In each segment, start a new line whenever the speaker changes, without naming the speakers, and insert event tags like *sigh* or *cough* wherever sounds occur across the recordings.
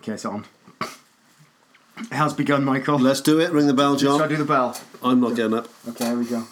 Okay, it's on. It has begun, Michael.
Let's do it. Ring the bell,
Shall I
John.
do the bell?
I'm not getting up.
Okay, here we go.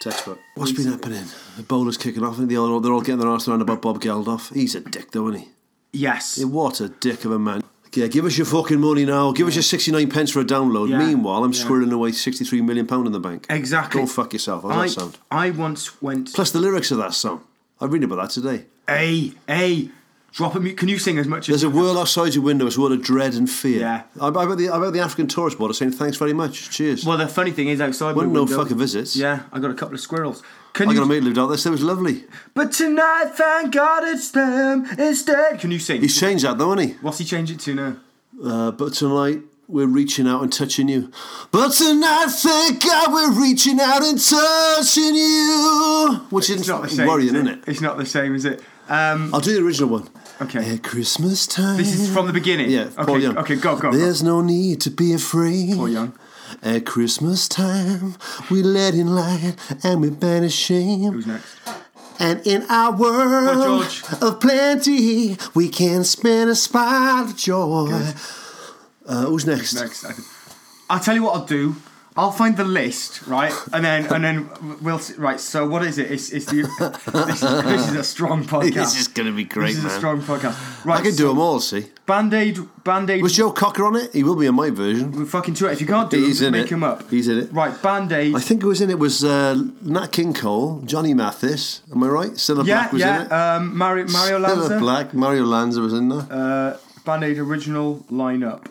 Textbook. What's been happening? The bowler's kicking off, and the all, they're all getting their arse around about Bob Geldof. He's a dick, though, isn't he?
Yes.
Yeah, What a dick of a man. Yeah, give us your fucking money now. Give us your 69 pence for a download.
Yeah.
Meanwhile, I'm
Yeah.
squirreling away 63 million pound in the bank.
Exactly.
Go fuck yourself. How's
I,
that sound?
I once went.
Plus the lyrics of that song. I read about that today.
A, A, drop a mute. Can you sing as much as.
There's a world outside your window. It's a world of dread and fear.
Yeah.
I, I, bet the, I bet the African Tourist Board are saying thanks very much. Cheers.
well, the funny thing is, outside my
Wasn't no
window-
fucking visits.
Yeah, I got a couple of squirrels. Can
I got
you.
a mate lived out there. So it was lovely.
But tonight, thank God it's them instead. Can you sing?
He's changed that, though, hasn't he?
What's he change it to now?
Uh, but tonight we're reaching out and touching you. But tonight, thank God, we're reaching out and touching you. Which
It's
is
not the same.
worrying,
is
isn't
it?
it?
It's not the same, is it? Um,
I'll do the original one.
okay.
At Christmas time.
This is from the beginning.
Yeah,
Okay.
Paul Young.
Okay. Go. Go. go.
There's no need to be afraid.
Paul Young.
At Christmas time, we let in light and we banish shame.
Who's next? Oh,
And in our world
George.
of plenty, we can spend a spot of joy. Uh, who's next?
Next. I think. I'll tell you what I'll do. I'll find the list, right, and then and then we'll s- right. So what is it? It's, it's the this, is, this is a
*laughs*
strong podcast.
gonna be
This is a strong podcast. Right.
I can do them all. See,
Band aid. Band aid.
was Joe Cocker on it? He will be in my version.
We're fucking to it. If you can't do
He's
it,
in
make
it.
him up.
He's in it.
Right. Band aid.
I think it was in it was uh, Nat King Cole, Johnny Mathis. Am I right? Stella
Yeah.
Black was in it.
Yeah. Um, Mario Mario
Stella
Lanza.
Black, Mario Lanza was in there,
Uh, Band aid original lineup.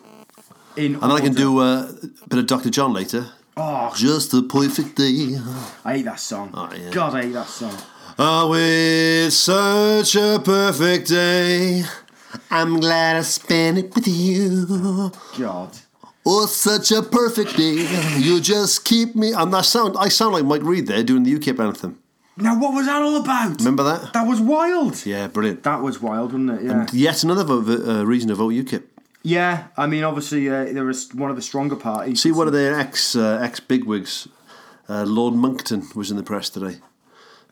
In
and I can do uh, a bit of Doctor John later.
Oh,
Just the perfect day.
I hate that song.
Oh, yeah.
God, I hate that song.
Oh, it's such a perfect day. I'm glad I spent it with you.
God.
Oh, such a perfect day. You just keep me. And that sound, I sound like Mike Reed there doing the UKIP anthem.
Now, what was that all about?
Remember that?
That was wild.
Yeah, brilliant.
That was wild, wasn't it? Yeah.
Yet another vote, uh, reason to vote UKIP.
yeah. I mean, obviously, uh, there was one of the stronger parties.
See, one of their ex uh, ex bigwigs, uh, Lord Monckton, was in the press today,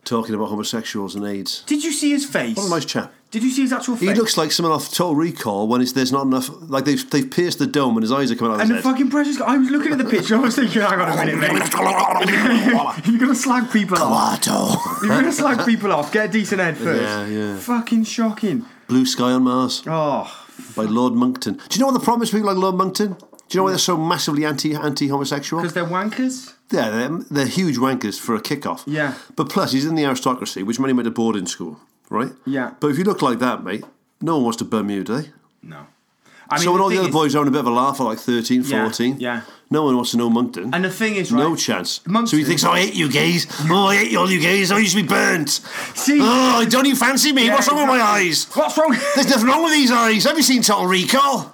talking about homosexuals and AIDS.
Did you see his face?
What a nice chap.
Did you see his actual face?
He looks like someone off Total Recall when it's, there's not enough. Like they've they've pierced the dome and his eyes are coming out.
and
of
the
his *laughs* head.
fucking pressure's. I was looking at the picture. I was thinking, hang on a minute, mate. *laughs* You're gonna slag people off.
Clamato.
You're gonna slag people off. Get a decent head first.
Yeah, yeah.
Fucking shocking.
Blue Sky on Mars
Oh,
by Lord Monckton. Do you know what the problem is with people like Lord Monckton? Do you know why they're so massively anti anti homosexual?
because they're wankers.
Yeah, they're, um, they're huge wankers for a kickoff.
Yeah.
But plus, he's in the aristocracy, which many went to boarding school, right?
Yeah.
But if you look like that, mate, no one wants to Bermuda, eh?
No. I mean,
so when all the
thing
other
is-
boys are having a bit of a laugh at like 13,
Yeah,
14,
yeah.
no one wants to know Moncton.
And the thing is, right?
no chance. So he
Moncton-
thinks, oh, I hate you gays. Oh, I hate you all you gays. Oh, you should be burnt. *gasps*
See-
Oh, don't you fancy me?
Yeah,
What's wrong with my
exactly.
eyes?
What's
*laughs*
wrong?
There's nothing wrong with these eyes. Have you seen Total Recall?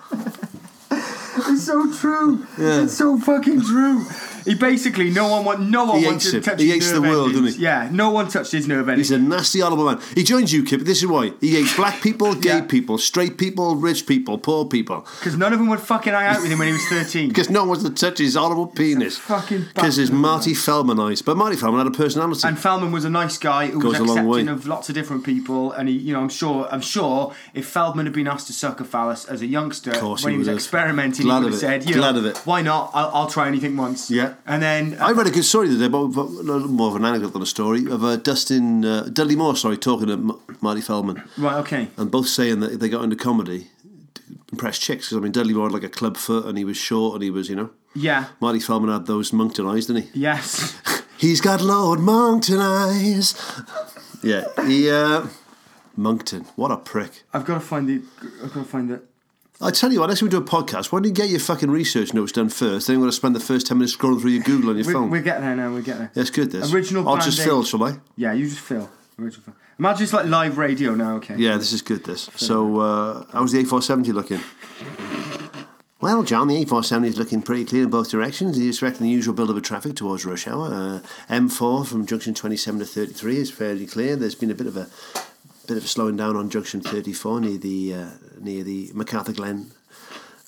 It's so true. It's so fucking true. He basically no one want no one
He
wants
hates
to
him.
touch
He
his
hates
nerve
the world,
endings.
doesn't he?
Yeah, no one touched his nerve endings.
He's a nasty, horrible man. He joins UKIP. This is why he hates black people, gay
Yeah.
people, straight people, rich people, poor people.
Because none of them would fucking hang out with him when he was
*laughs*
thirteen.
Because no one wants to touch his horrible penis.
fucking
Because it's
bastard,
Marty Feldman eyes. But Marty Feldman had a personality.
And Feldman was a nice guy who was
Goes a long
accepting
way.
of lots of different people, and he, you know, I'm sure, I'm sure, if Feldman had been asked to suck a phallus as a youngster when
course
he,
he
was
would have.
experimenting,
Glad
he would
of
have
it.
said, you
Glad
know,
of it.
why not? I'll, I'll try anything once."
Yeah.
and then
I read a good story today, but but more of an anecdote than a story, of uh, Dustin, uh, Dudley Moore, sorry, talking to M- Marty Feldman.
right, okay,
And both saying that they got into comedy to impress chicks. Because, I mean, Dudley Moore had like a club foot and he was short and he was, you know.
yeah,
Marty Feldman had those Moncton eyes, didn't he?
yes, *laughs*
He's got Lord Moncton eyes. yeah, he. Uh, Moncton, what a prick.
I've got to find the, I've got to find it.
I tell you what, unless we do a podcast, why don't you get your fucking research notes done first? Then we're going to spend the first 10 minutes scrolling through your Google on your
We're,
phone.
we're getting there now. We're getting there.
That's good, this.
Original
I'll just
Band-Aid.
fill, shall I?
Yeah, you just feel. Original feel. Imagine it's like live radio now, okay?
Yeah, this is good. This. So, uh, how's the A470 looking? Well, John, the A470 is looking pretty clear in both directions. You're expecting the usual build-up of traffic towards rush hour. Uh, M4 from junction 27 to 33 is fairly clear. There's been a bit of a bit of a slowing down on junction 34 near the uh, near the Macarthur Glen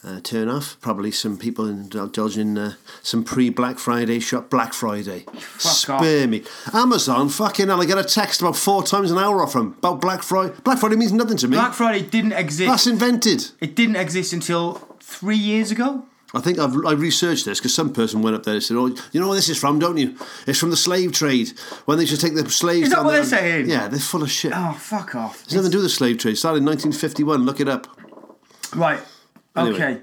uh, turn off. Probably some people in, dodging uh, some pre Black Friday shop. Black Friday.
off.
Spare me. Amazon, fucking hell, I get a text about four times an hour off them about Black Friday. Black Friday means nothing to me.
Black Friday didn't exist.
That's invented.
It didn't exist until three years ago.
I think I've I researched this because some person went up there and said, "Oh, you know where this is from, don't you? It's from the slave trade when they should take the slaves."
Is that
down
what
there
they're
and-"
saying?
Yeah, they're full of shit.
Oh, fuck off.
It's nothing to do with the slave trade. Started in 1951. Look it up.
Right.
Anyway.
Okay.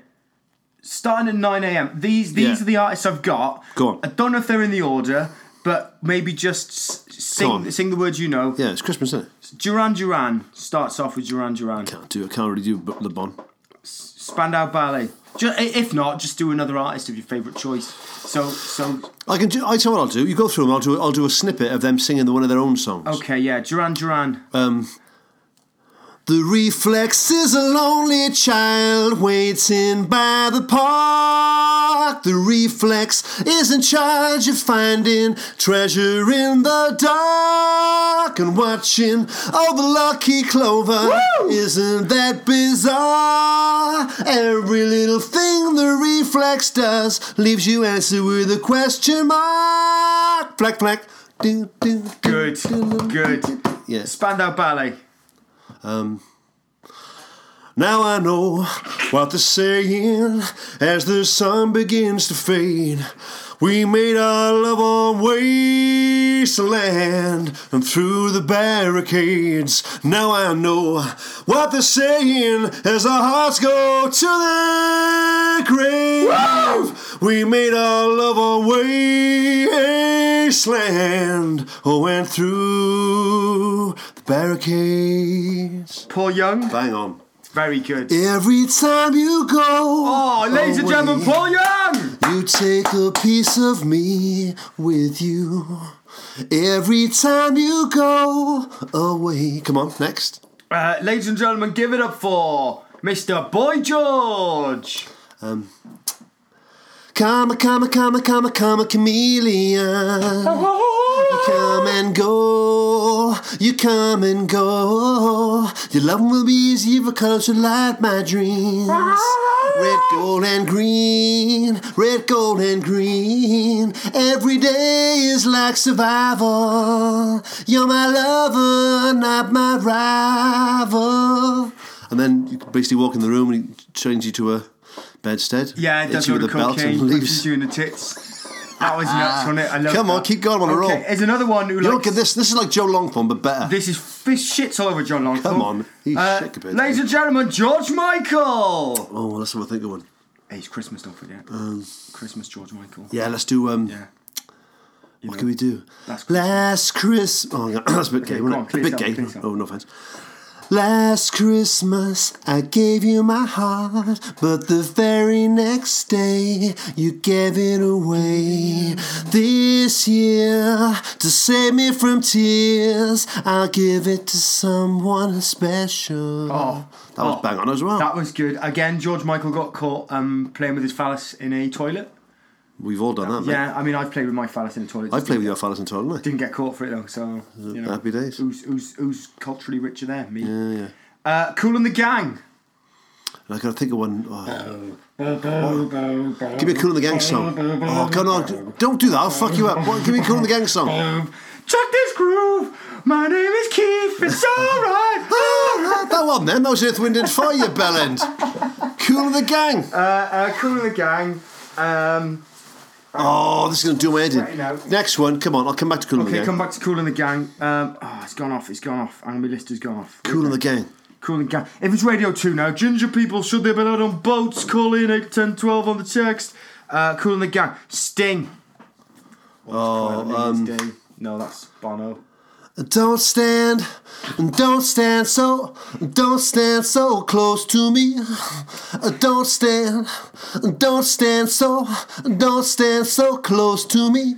Starting at 9 a.m. These these
Yeah.
are the artists I've got.
Go on.
I don't know if they're in the order, but maybe just s-
Go on.
sing sing the words you know.
Yeah, it's Christmas, isn't it?
Duran Duran starts off with Duran Duran.
Can't do. I can't really do B- Le Bon.
Spandau Ballet. Ju- i if not, just do another artist of your favourite choice. So so
I can do. I tell you what I'll do. You go through them. I'll do. I'll do a snippet of them singing one of their own songs.
okay, yeah, Duran Duran.
Uh, The reflex is a lonely child waiting by the park. The reflex is in charge of finding treasure in the dark and watching all the lucky clover. Isn't that bizarre? Every little thing the reflex does leaves you answered with a question mark. Black, black. Do, do, do,
Good.
do.
Good.
Yes.
Spandau Ballet.
Now I know what they're saying as the sun begins to fade. We made our love on wasteland and through the barricades. Now I know what they're saying as our hearts go to the grave. We made our love on wasteland oh, and through the barricades.
Paul Young.
Bang on.
Very good.
Every time you go,
Oh, ladies and
away,
gentlemen, Paul Young!
you take a piece of me with you. Every time you go away, come on, next.
Uh, ladies and gentlemen, give it up for Mr. Boy George.
Come, come, come, come, come, chameleon. You come and go, you come and go. Your love will be easy for colors to light my dreams.
Ah.
Red, gold, and green, red, gold, and green. Every day is like survival. You're my lover, not my rival. And then you basically walk in the room and he turns you to a bedstead.
Yeah, it does
hits you
go
with
to
a belt
cocaine,
and
punches *laughs*
leaves. Ah.
you in the tits. That was nuts, wasn't it? I love
Come on,
that.
keep going on a roll.
Okay, there's another one who
You
like
look at this. This is like Joe Longpond, but better.
This is this shits all over John Longford.
Come on, he's
Uh,
shit compared to
ladies
me.
and gentlemen, George Michael.
oh, let's have a think of one.
Hey, it's Christmas, don't forget. Christmas, George Michael.
Uh, Yeah, let's do. Um,
Yeah.
what can we do?
Last Christmas.
Last Christmas. Oh, yeah, *coughs* that's a bit gay,
go
wasn't
on,
it?
please
a bit
go,
gay.
please go.
oh, no offense. Last Christmas, I gave you my heart, but the very next day, you gave it away. This year, to save me from tears, I'll give it to someone special.
Oh.
that was
Oh.
bang on as well.
That was good. Again, George Michael got caught um, playing with his phallus in a toilet.
We've all done that, mate.
Yeah, I mean, I've played with my phallus in a toilet.
I've played with your fellas in toilet, haven't I?
Didn't get caught for it though, so you know.
Happy days.
Who's who's who's culturally richer there? Me.
Yeah, yeah.
Uh, cool and the Gang.
And I gotta think of one.
Uh,
Oh. Give me a Cool in the Gang song. Oh, God, no, don't do that. I'll fuck you up. What, give me a Cool in the Gang song. Ah,
Chuck this groove. My name is Keith.
*laughs*
It's alright.
Ah, that one then. That was Earth, Wind, and Fire, you bellend. Cool in the Gang.
Uh, cool and the Gang. Um,
Oh, this is gonna do my head
Right now.
in. Next one. Come on, I'll come back to Cool in the
okay,
Gang.
come back to Cool and the Gang. Um, oh, it's gone off. It's gone off. And my list has gone off.
Cool in the Gang.
Cool and Gang. If it's Radio 2 now, ginger people, should they be out on boats? Call in 8, 10, 12 on the text. Uh, cool and the Gang. Sting. Oh, um, no, that's Bono.
Don't stand, don't stand so, don't stand so close to me. Don't stand, don't stand so, don't stand so close to me.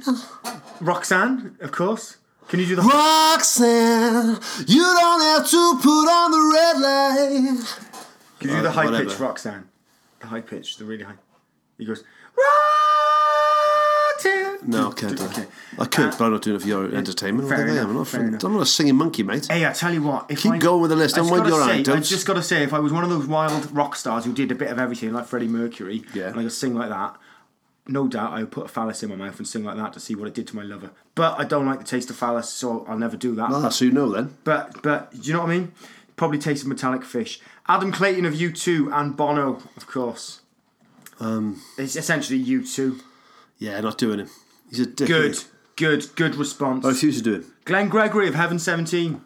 Roxanne, of course. Can you do the
Roxanne, you don't have to put on the red light.
Can you do the
Alright,
high
whatever.
pitch Roxanne? The high pitch, the really high. He goes, Roxanne! to.
No, I can't do that. I could, but I'm not doing it for your entertainment.
fair
Fair
enough,
I'm, not
fair
for-
enough.
I'm not a singing monkey, mate.
Hey, I tell you what. If
Keep
I,
going with the list.
I
Don't
just
mind
gotta
your
say, I
anecdotes.
just got to say, if I was one of those wild rock stars who did a bit of everything, like Freddie Mercury,
Yeah.
and I could sing like that, no doubt I would put a phallus in my mouth and sing like that to see what it did to my lover. But I don't like the taste of phallus, so I'll never do that.
Ah, so you know then.
But but do you know what I mean? Probably tasted metallic fish. Adam Clayton of U2 and Bono, of course. Um, it's essentially U2.
Yeah, not doing him. He's a dick.
Good,
isn't he?
good, good response.
I refuse to do him.
Glenn Gregory of Heaven 17.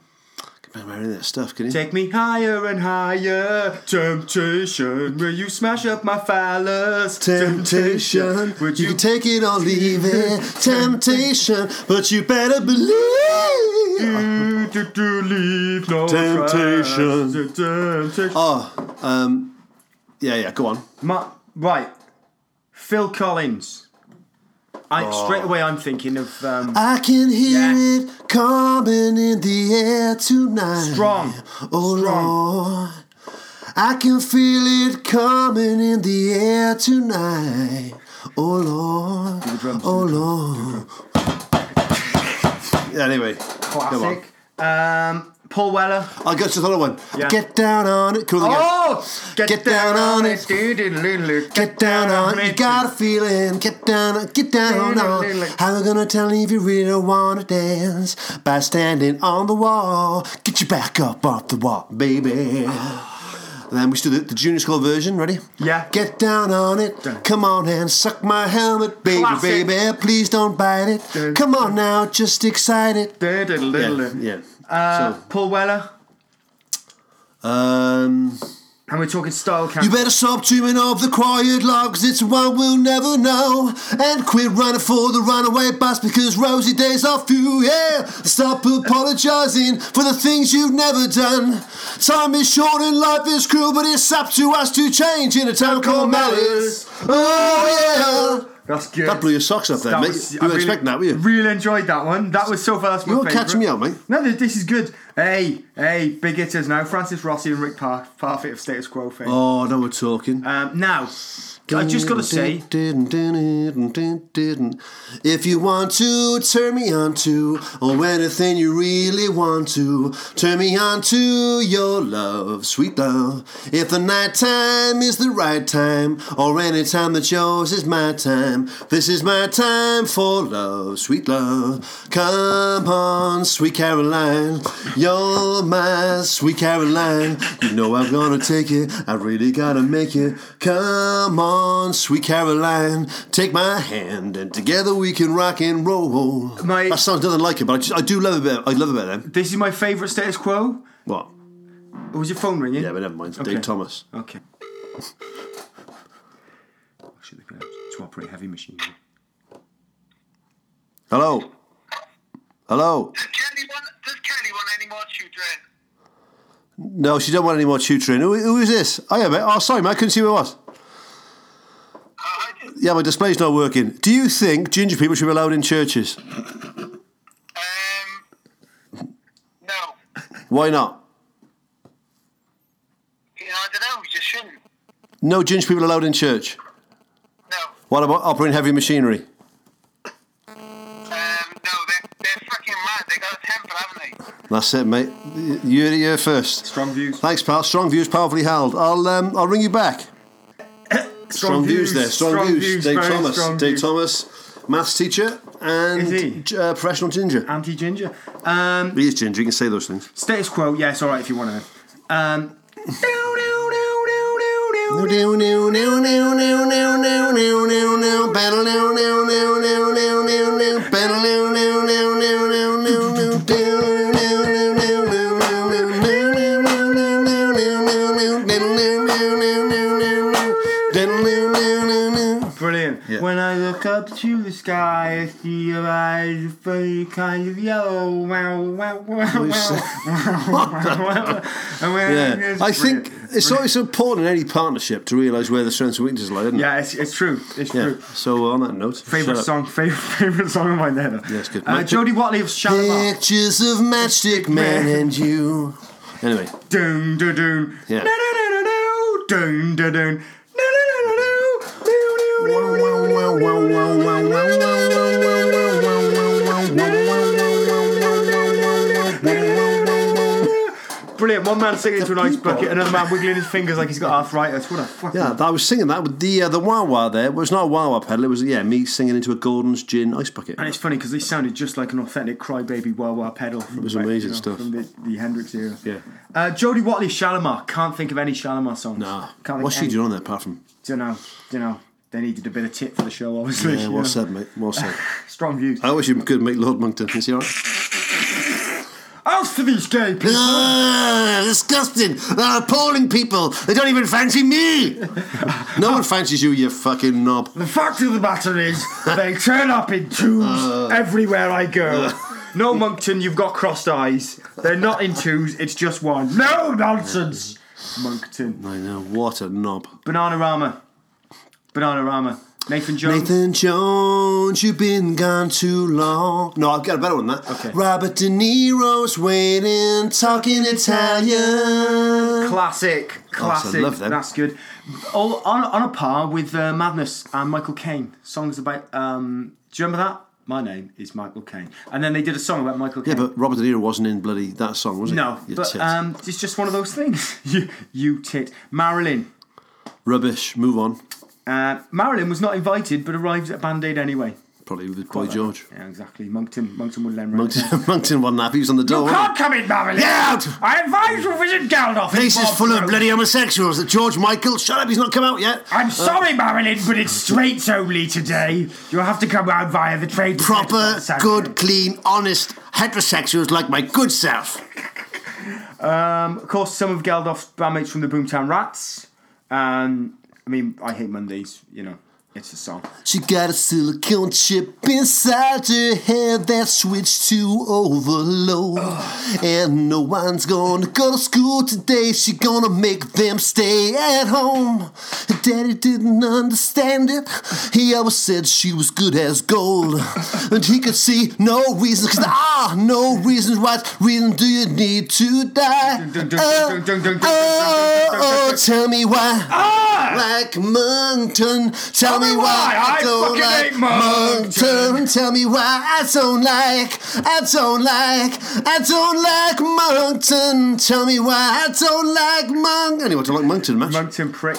I'm wearing that stuff, can you?
Take me higher and higher. Temptation. Will you smash up my phallus?
Temptation.
Would
you
you,
can take it or
*laughs*
leave it. Temptation. But you better
Mm.
believe.
do, do, do, leave no
Temptation.
trace? Temptation.
Oh, um, yeah, yeah, go on.
Ma- right. Phil Collins. I
Oh.
straight away I'm thinking of um,
I can hear
Yeah.
it coming in the air tonight.
Strong.
Oh
Strong.
Lord. I can feel it coming in the air tonight. Oh Lord.
drums,
oh Lord. Yeah, anyway. Come on.
classic. Um, Paul Weller.
I got just another one.
Yeah.
Get down on it. Come on,
Oh!
again.
get,
Oh! Get down on it.
Get,
Get down on it. You got a feeling. Get down on Get down on How you gonna tell me if you really wanna dance? By standing on the wall. Get your back up off the wall,
*sighs*
baby. Then we should do the, the junior school version. Ready?
Yeah.
Get down on it. Come on and suck my helmet, baby,
Classic.
baby. Please don't bite
Dun,
it. Come on now, just excite it. yeah.
Uh, Paul Weller.
so, um.
And we're talking style count.
You better stop dreaming of the quiet logs, it's one we'll never know. And quit running for the runaway bus because rosy days are few, yeah. Stop apologizing for the things you've never done. Time is short and life is cruel, but it's up to us to change in a time called malice. Oh,
That's good.
yeah. That blew your socks off there,
That
mate.
was-
you
I
were expecting that, were you?
Really enjoyed that one. That was so far. That's my
You were
favourite.
catching me out, mate.
No, th- this is good. Hey, hey, big hitters now. Francis Rossi and Rick Par- Parfit of Status Quo fame.
Oh, now we're talking.
Um, now, I've just got to say,
If you want to, turn me on to, or anything you really want to, turn me on to your love, sweet love. If the night time is the right time, or any time that yours is my time, this is my time for love, sweet love. Come on, sweet Caroline, you're my sweet Caroline. You know I'm gonna take it, I really gotta make it. Come on, sweet Caroline, take my hand, and together we can rock and roll.
My-
that sounds nothing like it, but I, just, I do love a bit. I love a bit of them.
this is my favourite Status Quo.
What?
Or was your phone ringing?
Yeah, but never mind.
Okay.
Dave Thomas.
Okay. Should they be able to operate heavy machinery?
Hello. Hello.
Does Kelly want, does Kelly want any more children?
No, she don't want any more tutoring. Who, who is this? Oh yeah, mate. Oh, sorry, mate. I couldn't see who it was.
Uh, I just,
Yeah, my display's not working. Do you think ginger people should be allowed in churches?
um, no.
Why not?
You know, I don't know, we just shouldn't.
No ginger people allowed in church.
No.
What about operating heavy machinery?
Um, no, they're, they're fucking mad. They got a temper, haven't they?
That's it, mate. You heard it here first.
Strong views.
Thanks, pal. Strong views, powerfully held. I'll um, I'll ring you back. Strong, views, there. Strong, views. Dave
very
Thomas.
strong
Dave
views.
Thomas, maths teacher and
Is he?
j- uh, professional ginger.
Anti-ginger. Um,
He is ginger. You can say those things.
Status quo, yes, all right if you want to. Um,
That's
brilliant.
Yeah.
When I look up to the sky, I see your eyes are funny kind of yellow. Wow, wow, wow,
you
wow.
say?
wow. *laughs* And when
Yeah,
it's
I
brilliant.
think it's always important in any partnership to realise where the strengths and weaknesses lie, isn't it?
Yeah, it's, it's true. It's
Yeah.
true.
So on that note,
Favorite
shut up.
song, favorite *laughs* favorite song of mine ever.
Yeah, it's good.
Uh,
Mate,
Jodie Watley of Shalimar.
Pictures of Matchstick Man and you. Anyway,
Doom, doom, doom. No,
Yeah.
no, no, no, no. Doom, doom, doom. No, no, no, no, no. Doo, doo, doo, doo, doo, doo, doo, doo, doo, doo, doo, doo, doo, doo, doo, doo, one man singing into an ice
people.
bucket, another man wiggling his fingers like he's got arthritis. What a fucking.
Yeah, I was singing that with the uh, the wah wah there was not a wah wah pedal. It was yeah me singing into a Gordon's gin ice bucket.
And it's funny because they sounded just like an authentic crybaby wah wah pedal. From it
was amazing stuff.
From the, the Hendrix era.
Yeah.
Uh, Jodie Watley, Shalimar. Can't think of any Shalimar songs.
Nah,
Can't think
what's she
any-
doing on there apart from?
Don't know. Don't know. They needed a bit of tit for the show, obviously. *laughs*
Yeah,
you
well
know.
said, mate. Well said.
Strong views.
I wish you could make Lord Monkton. Is he alright?
As for these gay people,
Ah, disgusting! They're appalling people! They don't even fancy me! no one fancies you, you fucking knob.
the fact of the matter is, they turn up in tubes
Uh.
everywhere I go. No, Moncton, you've got crossed eyes. They're not in twos, it's just one. No nonsense! Moncton.
I know, what a knob.
Bananarama. Bananarama. Nathan Jones.
Nathan Jones, you've been gone too long. No, I've got a better one than that.
Okay.
Robert De Niro's waiting, talking Italian.
Classic, classic.
Oh, love them.
That's good. All on, on a par with uh, Madness and Michael Caine. Songs about. Um, do you remember that? My name is Michael Caine. And then they did a song about Michael
yeah,
Caine.
but Robert De Niro wasn't in bloody that song, was he?
no,
You
but
tit.
um, it's just one of those things. *laughs* you, you tit. Marilyn.
Rubbish, move on.
Uh, Marilyn was not invited, but arrived at Band Aid anyway.
Probably with
uh,
Boy George.
Yeah, exactly. Moncton, Moncton would lend
Monkton, *laughs* Monkton wasn't happy, he was on the door.
You
wasn't he?
can't come in, Marilyn.
Get out!
I advise you visit Geldof. in
Place is full of
Barbaro.
bloody homosexuals. That George Michael, shut up, he's not come out yet.
I'm sorry, Marilyn, but it's straights only today. You'll have to come round via the trade.
Proper,
Saturday.
good, clean, honest heterosexuals like my good self.
Of course, some of Geldof's bandmates from the Boomtown Rats. Um, I mean, I hate Mondays. You know, it's a song.
She got a silicone chip inside her head that switched to overload. And no one's gonna go to school today. She gonna make them stay at home. Her daddy didn't understand it. He always said she was good as gold. And he could see no reason, cause there are no reasons. What reason do you need to die? Oh, oh, oh, tell me why like Moncton. Tell, me
me
why,
why
I
I
don't
fucking
like
hate Moncton.
Moncton. Tell me why I don't like, I don't like, I don't like Moncton. Tell me why I don't like Moncton. Anyone don't like Moncton, man?
Moncton prick.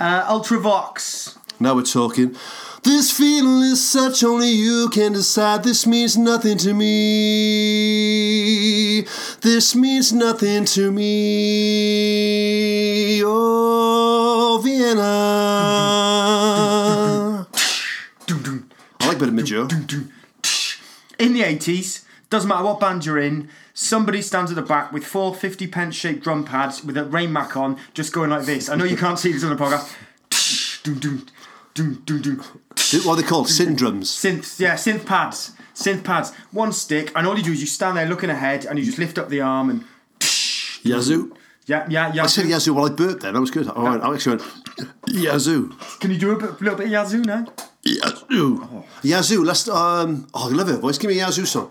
Uh, Ultravox.
Now we're talking. This feeling is such only you can decide. This means nothing to me. This means nothing to me. Oh, Vienna. I like a bit of Major.
In the 80s, doesn't matter what band you're in, somebody stands at the back with four 50 pence shaped drum pads with a rain mac on, just going like this. I know you can't see this on the podcast. Dun, dun, dun, dun, dun.
What are they called? Sin drums.
Synth, yeah, synth pads. Synth pads. One stick, and all you do is you stand there looking ahead and you just lift up the arm and.
Yazoo.
Yeah, yeah, yeah.
I said Yazoo while I burped there. That was good. All right, I actually went Yazoo.
Can you do a bit, little bit of Yazoo now?
Yazoo. Yazoo. Let's. Um, oh, I love her voice. Give me a Yazoo song.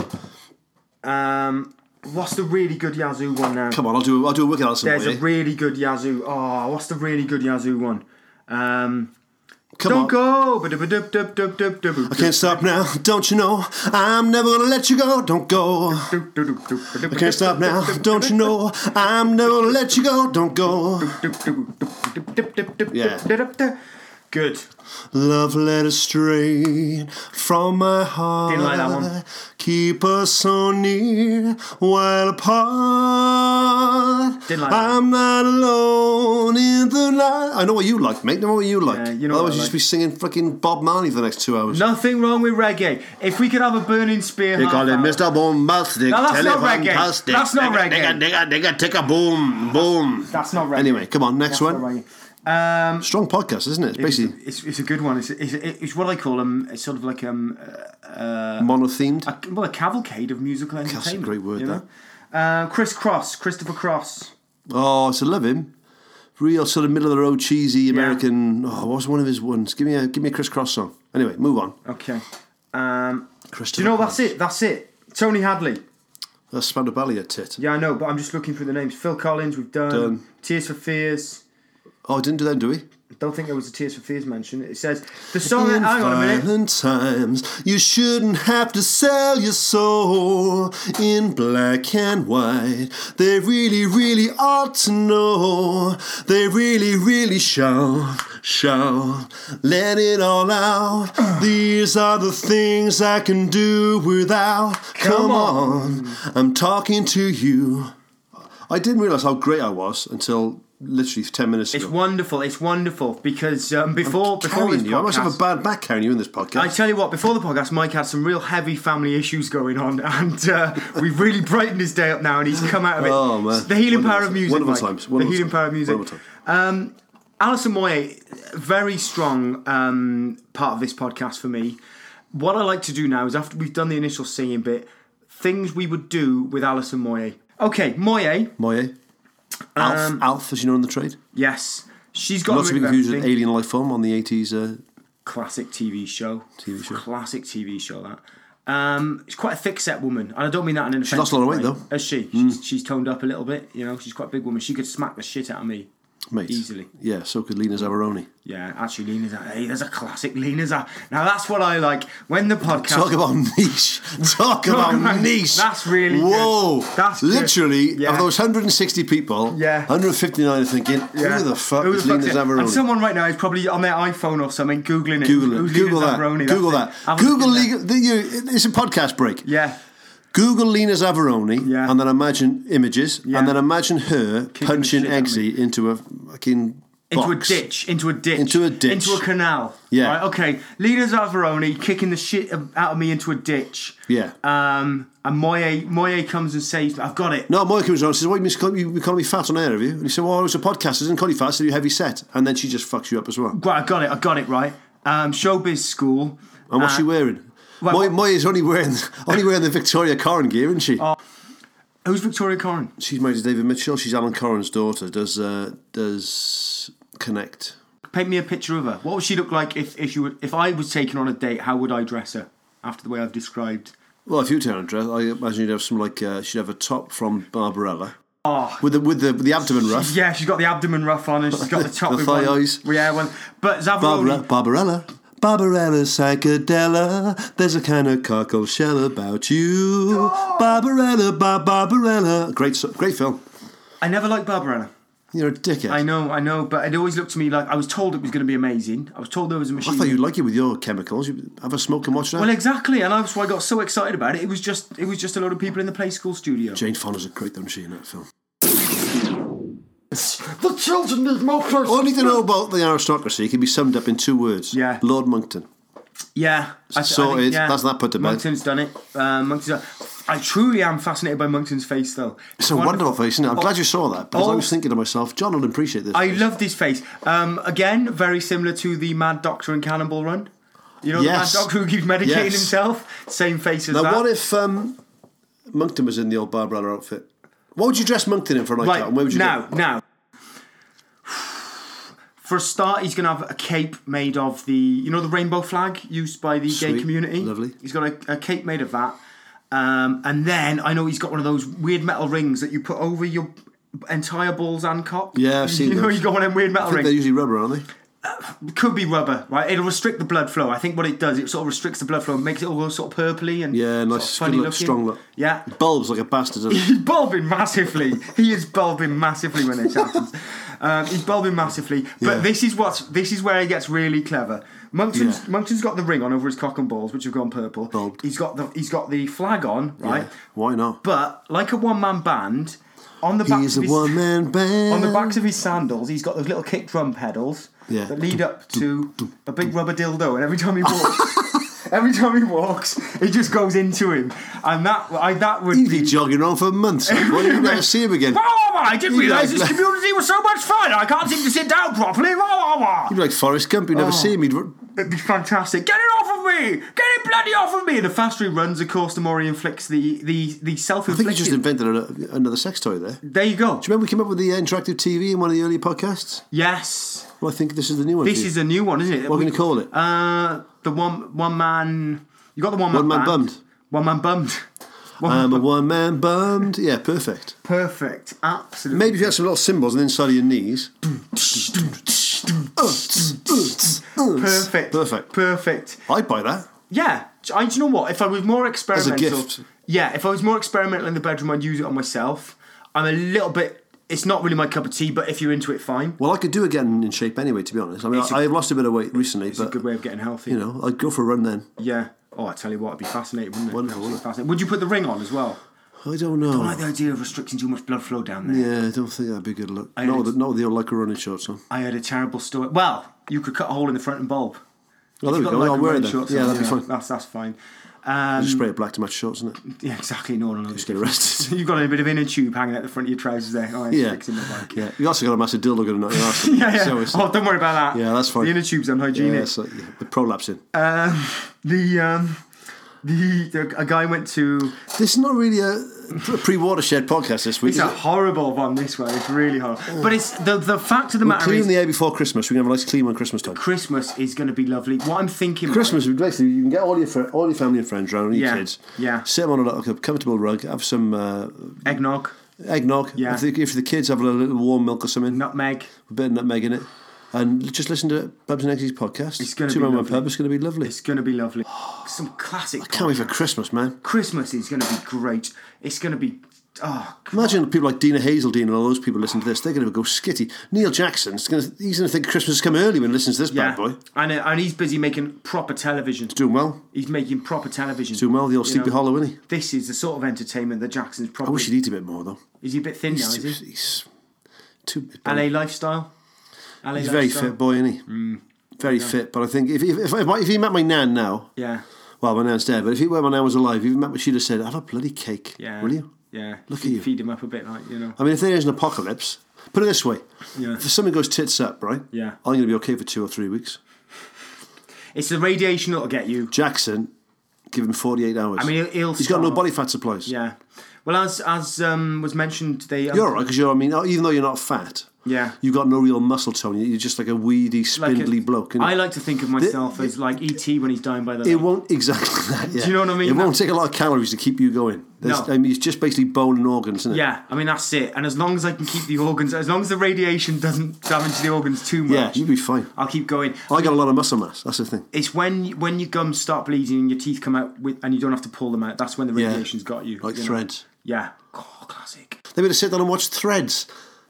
Um, what's the really good Yazoo one now?
Come on, I'll do. I'll do a wicked out
There's a
somewhere.
really good Yazoo. Oh, what's the really good Yazoo one? Um,
Come
don't
on.
go. ba-da-ba-dub-dub-dub-dub-dub.
I can't stop now, don't you know? I'm never gonna let you go, don't go. I
I
can't stop now, don't you know? I'm never gonna let you go, don't go.
Yeah. Good.
Love letter straight from my heart.
Didn't like that one.
Keep us so near while apart.
Didn't like that
I'm not alone in the night. I know what you like, mate. I know what you like.
Yeah, you know what
Otherwise,
I
you
like.
just be singing fucking Bob Marley for the next two hours.
Nothing wrong with reggae. If we could have a burning spear.
You
half
call it
hour.
Mr. Bombastic.
No, that's
tell
not
it
reggae.
fantastic.
That's not
Digga,
reggae.
Digga, digga, digga, take a boom, boom.
That's not reggae.
Anyway, come on, next
That's
one.
not reggae. Um,
Strong podcast, isn't it? It's basically
it's, it's a good one. It's, it's, it's what I call um, it's sort of like um,
mono-themed.
a, well, a cavalcade of musical entertainment.
great word,
You know? Uh, Chris Cross, Christopher Cross.
Oh, so love him. Real sort of middle of the road cheesy American. Oh, what's one of his ones? Give me a give me a Chris Cross song. Anyway, move on.
Okay. Um, do
Christopher.
you know
Cross.
that's it? That's it. Tony Hadley.
That's Spandau Ballet a tit.
Yeah, I know, but I'm just looking through the names. Phil Collins, we've done.
Done.
Tears for Fears.
Oh, didn't do that, do we?
Don't think it was a Tears for Fears mention. It says the song. Hang on a minute.
violent times, you shouldn't have to sell your soul. In black and white, they really, really ought to know. They really, really shout, shout, let it
*clears throat*
all out. These are the things I can do without. Come, on. I'm talking to you. I didn't realize how great I was until literally ten minutes
It's
ago.
wonderful. It's wonderful because um, before before this
Carrying you. I must have a
podcast,
bad back carrying you in this podcast.
I tell you what, before the podcast, Mike had some real heavy family issues going on, *laughs* and uh, we've really brightened his day up now, and he's come out of it.
Oh, man.
the healing
Wonderful
power of
times.
music.
Wonderful
Mike.
times. Wonderful
the healing
times.
power of music.
Wonderful times.
Um, Alison Moye, very strong um, part of this podcast for me. What I like to do now is after we've done the initial singing bit, things we would do with Alison Moye. Okay, Moye,
Moye. Alf, Alf, as you know in the trade.
yes, she's Um, got
Not
a
to be
bit of
confused with
everything.
Alien Life Form on the 80s. Uh,
classic TV show.
TV show.
Classic TV show that. Um, she's quite a thick-set woman, and I don't mean that in an She
lost a lot of weight, though. Mm.
As she, she's, she's toned up a little bit. You know, she's quite a big woman. She could smack the shit out of me.
mate.
Easily.
Yeah, so could Lena Zavaroni.
Yeah, actually, Lean is Hey, there's a classic Lean is Now that's what I like when the podcast.
Talk about
*laughs*
niche. Talk about
about-
niche.
that's really good.
Whoa.
That's good.
Literally,
Yeah.
of those 160 people,
Yeah.
159 are thinking,
Yeah.
who the fuck is
fuck's
Lena
it?
Zavaroni?
And someone right now is probably on their iPhone or something googling it.
Google
Who's
it.
Lena
Google that.
Zambroni? That's
Google
it.
that.
Have a look
Google
in there.
Lena. the- you- It's a podcast break.
Yeah,
Google Lena Zavaroni
Yeah.
and then imagine images and then imagine her punching
shit at
Eggsy into a fucking
into
box.
a ditch, into a ditch,
Into a ditch.
into a canal.
Yeah.
Right, okay. Lena Zavaroni kicking the shit out of me into a ditch.
Yeah.
Um, and Moye Moye comes and saves, "I've got it."
No, Moya comes around and says, Why you, call, you, you calling me fat on air, have you? And he said, Well, I was a podcast, I didn't call you fat, I said you heavy set. And then she just fucks you up as well. And
Right, I got it. I got it. Right. Um, showbiz school.
what's
Uh,
she wearing?
well-
Moya, Moya's only wearing *laughs* only wearing the Victoria Corrin gear, isn't she?
Oh. Who's Victoria Corrin?
She's married to David Mitchell, she's Alan Corrin's daughter, does uh, does Connect.
Paint me a picture of her. What would she look like if if you were, if I was taken on a date? How would I dress her? After the way I've described.
Well, if you turn her dress, I imagine you'd have some like uh, she'd have a top from Barbarella.
Oh.
With the with the with the abdomen rough.
Yeah, she's got the abdomen rough on and she's
*laughs*
got the top.
The
with
thigh
one-
eyes.
Yeah, one. But
Barbara,
Zavaroni.
Barbarella. Barbarella Psychedella, there's a kind of cockle shell about you. Barbarella, ba- Barbarella. Great, so- great film.
I never liked Barbarella.
You're a dickhead.
I know, I know, but it always looked to me like I was told it was going to be amazing. I was told there was a machine.
I thought you'd like it with your chemicals. You have a smoke and watch that.
well, exactly, and that's why I got so excited about it. It was just, it was just a lot of people in the Play School studio.
Jane Fonda's a great, don't she, in that film?
The children need more clothes.
All I need to know about the aristocracy can be summed up in two words.
Yeah.
Lord Monkton.
Yeah, I th-
Sorted.
I think, yeah.
That's that put to bed.
Monkton's done it. Uh, Monkton's. I truly am fascinated by Monkton's face, though.
It's a wonderful face, isn't it? I'm glad you saw that because I
Oh.
was thinking to myself, John will appreciate this.
I
face.
loved his face. Um, again, very similar to the Mad Doctor and Cannonball Run. You know,
Yes.
the Mad Doctor who keeps medicating
Yes.
himself. Same face as
Now,
that.
what if um, Monkton was in the old Barbarella outfit? What would you dress Monkton in for a night out?
right
And Where would you go?
now, now. For a start, he's going to have a cape made of the, you know, the rainbow flag used by the
Sweet.
gay community.
Lovely.
He's got a, a cape made of that. Um, and then I know he's got one of those weird metal rings that you put over your entire balls and cock.
Yeah, I've seen
You know,
those.
you got one of them weird metal
I think they're
rings.
usually rubber, aren't they?
Could be rubber, right? It'll restrict the blood flow. I think what it does, it sort of restricts the blood flow and makes it all sort of purpley and
Yeah,
sort
nice,
of
good
funny
look,
looking.
strong look.
Yeah,
Bulbs like a bastard.
*laughs*
doesn't it?
He's bulbing massively. He is bulbing massively when this happens. Um, he's bulbing massively. But
Yeah.
this is what this is where he gets really clever. Monkton's,
Yeah.
Monkton's got the ring on over his cock and balls, which have gone purple.
Bulbed.
He's got the he's got the flag on, right?
Why not?
But like a one man band, on the back
He's
of
a
his,
one man band.
on the backs of his sandals, he's got those little kick drum pedals
Yeah.
that lead up to a big rubber dildo, and every time he
*laughs*
walks. Every time he walks, it just goes into him, and that I, that would
He'd
be
be jogging around for months. Why do you never see
*laughs*
him again?
Wah, wah, wah. I didn't
You
realise this
like-
community was so much fun. I can't seem to sit down properly. Wah, wah, wah.
He'd be like Forrest Gump.
Oh.
You never see him. He'd r-
It'd be fantastic. Get it off of me! Get it bloody off of me! And the faster he runs, of course, the more he inflicts the the the self
I think he just
inflicted.
invented a, another sex toy there. Do you
There you go.
remember we came up with the uh, interactive TV in one of the earlier podcasts?
Yes,
Well, I think this is the new one.
this is a new one, isn't it?
What are we going to call it?
Uh, the one one man. You got the one man.
One man bummed. Um,
One man bummed. One man
I'm a
bummed.
one man bummed. Yeah, perfect.
Perfect. Absolutely.
Maybe if you had some little symbols on the inside of your knees. Brilliant.
Perfect.
Perfect.
Perfect.
I'd buy that.
Yeah. Do I, do you know what? If I was more experimental,
gift.
yeah. If I was more experimental in the bedroom, I'd use it on myself. I'm a little bit. It's not really my cup of tea, but if you're into it, fine.
Well, I could do again in shape anyway. To be honest, I mean,
It's a-
I, I've lost a bit of weight recently,
It's a
but
good way of getting healthy.
you know, I'd go for a run then.
Yeah. Oh, I tell you what, it'd be fascinating, wouldn't it? Absolutely
Wonderful, wouldn't it?
fascinating. Would you put the ring on as well?
I don't know.
I like the idea of restricting too much blood flow down there.
yeah, I don't think that'd be a good look. No,
ex-
the, no, they'll like a running shorts on.
I had a terrible story. Well, you could cut a hole in the front and bulb.
Oh,
If
there we
you've
go.
got, like,
I'll
a
wear it
running
then.
shorts
Yeah,
on,
that'd be fun.
That's that's fine. Um,
Spray it black to match shorts, isn't it?
yeah, exactly. No, no, no.
Get *laughs*
*laughs*
arrested.
You've got a bit of inner tube hanging out the front of your trousers there. Oh, it's
Yeah.
fixing the bike.
Yeah, you also got a massive dildo going on your *laughs* arse.
Yeah, yeah.
So it's-
oh, don't worry about that.
Yeah, that's fine.
The inner tube's
yeah,
unhygienic.
it's like, yeah, the Uh, prolapsing.
The um, the, the a guy went to.
this is not really a, pre watershed podcast this week.
It's
is
a
it?
horrible one. This one. It's really horrible. But it's the the fact of the matter
Oh. Clean
is,
the air before Christmas. We can have a nice clean one Christmas time.
Christmas is going to be lovely. What I'm thinking. right,
Christmas, basically, you can get all your fr- all your family and friends around, your
Yeah,
kids.
yeah.
Sit 'em on a little comfortable rug, have some uh,
eggnog,
eggnog.
Yeah.
If the, if the kids have a little warm milk or something,
nutmeg.
a bit of nutmeg in it, and just listen to Babs and Eggsy's podcast.
It's gonna
Two
be
Men, One
lovely.
Pub. It's going to be lovely.
It's going to be lovely. Some classic.
Can't wait for Christmas, man.
Christmas is going to be great. It's going to be. Oh,
Imagine people like Dina Hazeldine and all those people listen to this. They're going to go skitty. Neil Jackson's going to, he's going to think Christmas has come early when he listens to this
yeah.
bad boy.
And, uh, and he's busy making proper television.
Doing well.
He's making proper television.
Doing well. The old
You
Sleepy
know,
Hollow, isn't he?
This is the sort of entertainment that Jackson's
I
probably.
wish he'd eat a bit more though.
is he a bit thin now?
He's,
Is he?
he's too.
LA lifestyle. LA
he's a very
lifestyle?
fit boy, isn't he?
Mm.
Very fit. But I think if if, if, if, I- if he met my nan now,
Yeah.
well, my nan's dead. But if he, when my nan was alive, if he met, she'd have said, "Have a bloody cake,
Yeah.
will you?"
Yeah.
Look at
feed,
you.
Feed him up a bit, like you know.
I mean, if there is an apocalypse, put it this way:
Yeah.
if something goes tits up, right?
Yeah.
I'm going to be okay for two or three weeks.
It's the radiation that'll get you.
Jackson, give him 48 hours.
I mean, he'll- he'll
he's got no
start-
body fat supplies.
Yeah. Well, as as um, was mentioned, they um,
You're all right because you're. I mean, even though you're not fat,
Yeah.
you've got no real muscle tone. You're just like a weedy,
like a-
spindly bloke. innit?
I like to think of myself as like ET when he's dying by the.
It
lake.
won't *laughs* exactly that. Yeah.
Do you know what I mean?
It won't take a lot of calories to keep you going. There's-
No.
I mean, it's just basically bone and organs, isn't it?
Yeah, I mean that's it. And as long as I can keep the organs, as long as the radiation doesn't damage the organs too
Yeah,
much,
you'd be fine.
I'll keep going.
I got a lot of muscle mass. That's the thing.
It's when when your gums start bleeding and your teeth come out with, and you don't have to pull them out. That's when the
Yeah.
radiation's got you.
Like
you know?
threads.
Yeah, oh, classic.
They would have sit down and watch threads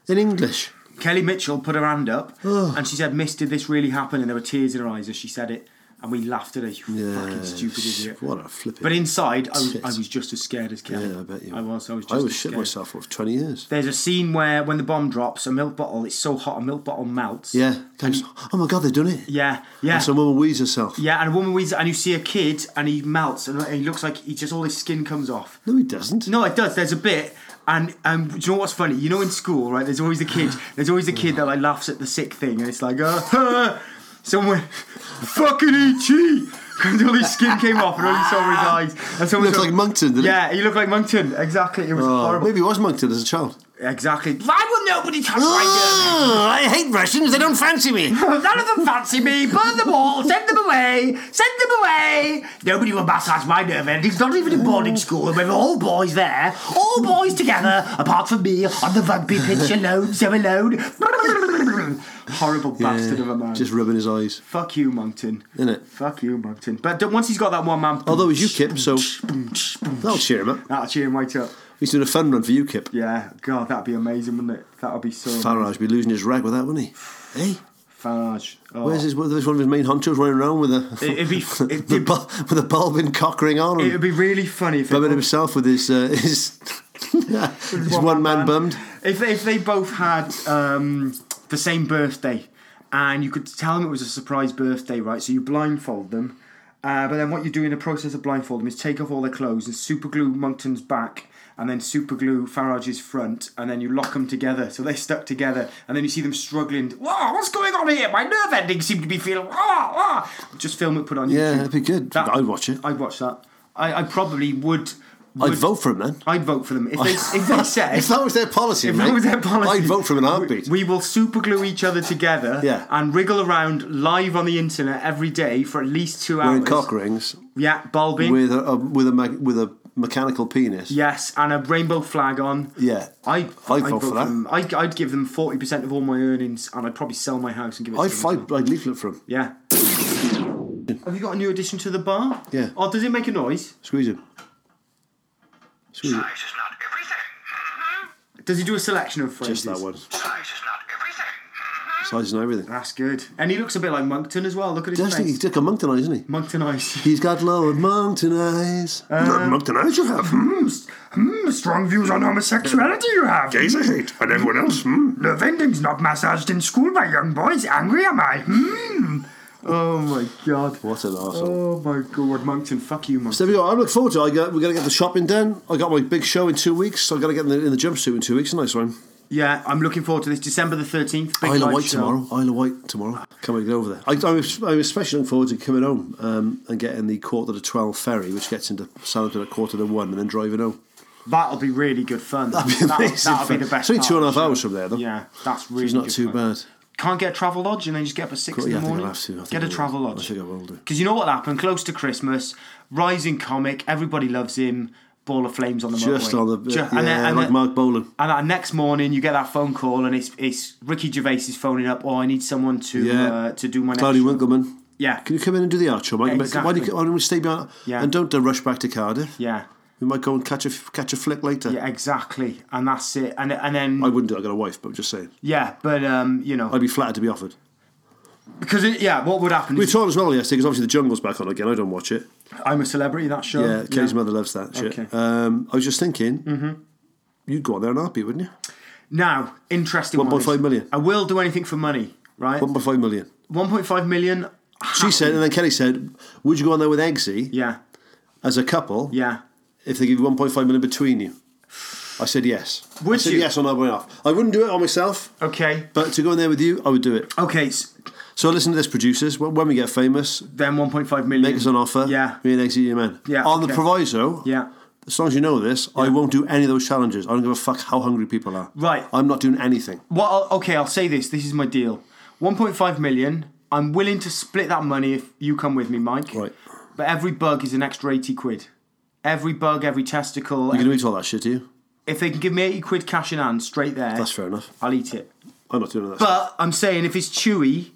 in English.
Kelly Mitchell put her hand up and she said, "Miss, did this really happen?" And there were tears in her eyes as she said it, and we laughed at her. You fucking stupid idiot.
What a flipping.
But inside, I was,
Tits.
I was just as scared as Kelly.
yeah, I bet you.
I was. I was. Just
I
as
was shit
scared.
myself for 20 years.
There's a scene where when the bomb drops, a milk bottle. It's so hot, a milk bottle melts.
Yeah. Thanks. Oh my God, they've done it.
Yeah, yeah.
And some woman wheezed herself.
yeah, and a woman wins, and you see a kid, and he melts, and he looks like he just all his skin comes off.
No, he doesn't.
No, it does. There's a bit, and um, do you know what's funny? You know, in school, right? There's always a
*laughs*
kid. There's always a kid that like laughs at the sick thing, and it's like, uh, *laughs* someone fucking ET. And all his skin came off, and all you saw were his eyes. And someone
Looked like Moncton, didn't he?
yeah, he looked like Moncton. Exactly, it was
Oh,
horrible.
maybe he was Moncton as a child.
Exactly. Why would nobody touch my
Oh, I hate Russians. They don't fancy me.
girl? None of them fancy me. Burn them all. Send them away. Send them away. Nobody will massage my nerve endings. Not even in boarding school. We're all boys there. All boys together. Apart from me on the rugby pitch alone, so alone. *laughs* Horrible bastard of a man.
Just rubbing his eyes,
fuck you, Moncton.
innit?
Fuck you, Moncton. But d- once he's got that one man,
Although he's UKIP, so that'll cheer him up.
that'll cheer him right up.
He's doing a fun run for UKIP.
Yeah, God, that'd be amazing, wouldn't it? That'd be so.
Farage would be losing his rag with that, wouldn't he? Hey,
Farage. Oh.
where's his, there's one of his main honchos running around with a
It-
*laughs*
It'd be. It'd,
the bul- with a bulbing cock ring on,
it'd
and
be really funny if it
bumming himself with his uh, his, *laughs* his one man bummed.
If if they both had um, the same birthday, and you could tell them it was a surprise birthday, right? So you blindfold them, uh, but then what you do in the process of blindfolding is take off all their clothes and super glue Monkton's back. And then super glue Farage's front, and then you lock them together, so they're stuck together. And then you see them struggling. Whoa, what's going on here? My nerve endings seem to be feeling. Ah, ah. Just film it, put it on
Yeah,
YouTube.
that'd be good.
That-
I'd watch it.
I'd watch that. I, I probably would.
I'd
would-
vote for him then.
I'd vote for them if
*laughs*
they if they said
If that was their policy,
if
mate,
that was their policy,
I'd vote for him in a heartbeat.
We will superglue each other together
Yeah.
and wriggle around live on the internet every day for at least two hours.
Wearing cock rings
Yeah, bulbing.
with a, a with a mag- with a mechanical penis.
yes, and a rainbow flag on.
Yeah.
I,
vote for that.
Them. I'd, I'd give them 40% of all my earnings and I'd probably sell my house and give it to
I'd
them.
fight. I'd leaflet for him.
Yeah. Have you got a new addition to the bar?
Yeah.
Oh, does it make a noise?
Squeeze him. Squeeze it.
Size is not everything.
Does he do a selection of phrases?
Just that one.
Size is not everything.
Size and everything.
That's good. And he looks a bit like Moncton as well. Look at his
Does think
face.
he's like a monk tonight, isn't he?
Moncton eyes. *laughs*
He's got lowered Moncton eyes. Um, Moncton eyes you have. Hmm?
Hmm, strong views on homosexuality you have.
Gays I hate. And everyone else. Hmm?
The vending's not massaged in school by young boys. Angry am I? Hmm. Oh my god.
*laughs* What an arsehole.
Oh my god, Moncton. Fuck you, Moncton.
So there we go. I look forward to. It. I got, we're gonna get the shopping done. I got my big show in two weeks. So I gotta get in the, in the jumpsuit in two weeks. Nice one.
Yeah, I'm looking forward to this. December the 13th. Big
Isle of
live
Wight
show.
tomorrow. Isle of Wight tomorrow. Can't wait to get over there. I, I'm, I'm especially looking forward to coming home um, and getting the quarter to twelve ferry, which gets into Southampton at quarter to one, and then driving home. *laughs*
That'll be really good fun. That'll
It'd be
that'll,
amazing
be
fun.
the best.
It's only
part
two and a
of
half hours from there, though.
the show. Yeah, that's really
it's not
good
too
fun.
bad.
Can't get a travel lodge and then just get up at six
Cool,
in
yeah,
the
I think I'll
morning.
have to. I think
get
I
a
will.
travel
I
lodge.
think I will do.
Because you know what happened? Close to Christmas, rising comic, everybody loves him. Ball of flames on the
Just
motorway.
on the
Ju-
yeah, like Mark Bolan.
And that next morning, you get that phone call, and it's it's Ricky Gervais is phoning up. Oh, I need someone to
Yeah.
uh, to do my next.
Cloudy
show."
Winkleman.
Yeah,
Can you come in and do the art show, Mike?
Yeah,
Why, do you, why don't we stay behind?
Yeah.
And don't uh, rush back to Cardiff.
yeah,
We might go and catch a catch a flick later.
yeah, exactly. And that's it. And and then
I wouldn't do it. I got a wife, but just saying.
yeah, but um, you know,
I'd be flattered to be offered.
because it, yeah, what would happen?
We
Is,
talked as well yesterday because obviously the jungle's back on again. I don't watch it.
I'm a celebrity. That show.
Yeah, Kay's mother loves that shit.
Oh, Okay. Mm-hmm.
Um, I was just thinking, you'd go on there and RP, wouldn't you?
Now, interesting. One
1.5 million.
I will do anything for money, right?
One by five million.
One point five million.
She said, and then Kelly said, "Would you go on there with Eggsy
Yeah,
as a couple
yeah.
if they give you one point five million between you?" I said yes. I
Would
said
you?
yes on our way off. I wouldn't do it on myself,
Okay,
but to go in there with you, I would do it.
okay. s-
So listen to this, producers. When when we get famous,
Then one point five million.
make us an offer.
Yeah.
me and Eggsy, your man.
Yeah,
On the
okay.
proviso,
Yeah.
As long as you know this, I won't do any of those challenges. I don't give a fuck how hungry people are.
Right.
I'm not doing anything.
Well, I'll, okay, I'll say this. This is my deal. 1.5 million. I'm willing to split that money if you come with me, Mike.
Right.
But every bug is an extra 80 quid. Every bug, every testicle.
You're going to eat all that shit, are you?
If they can give me 80 quid cash in hand straight there,
That's fair enough.
I'll eat it.
I'm not doing that. stuff.
But I'm saying if it's chewy,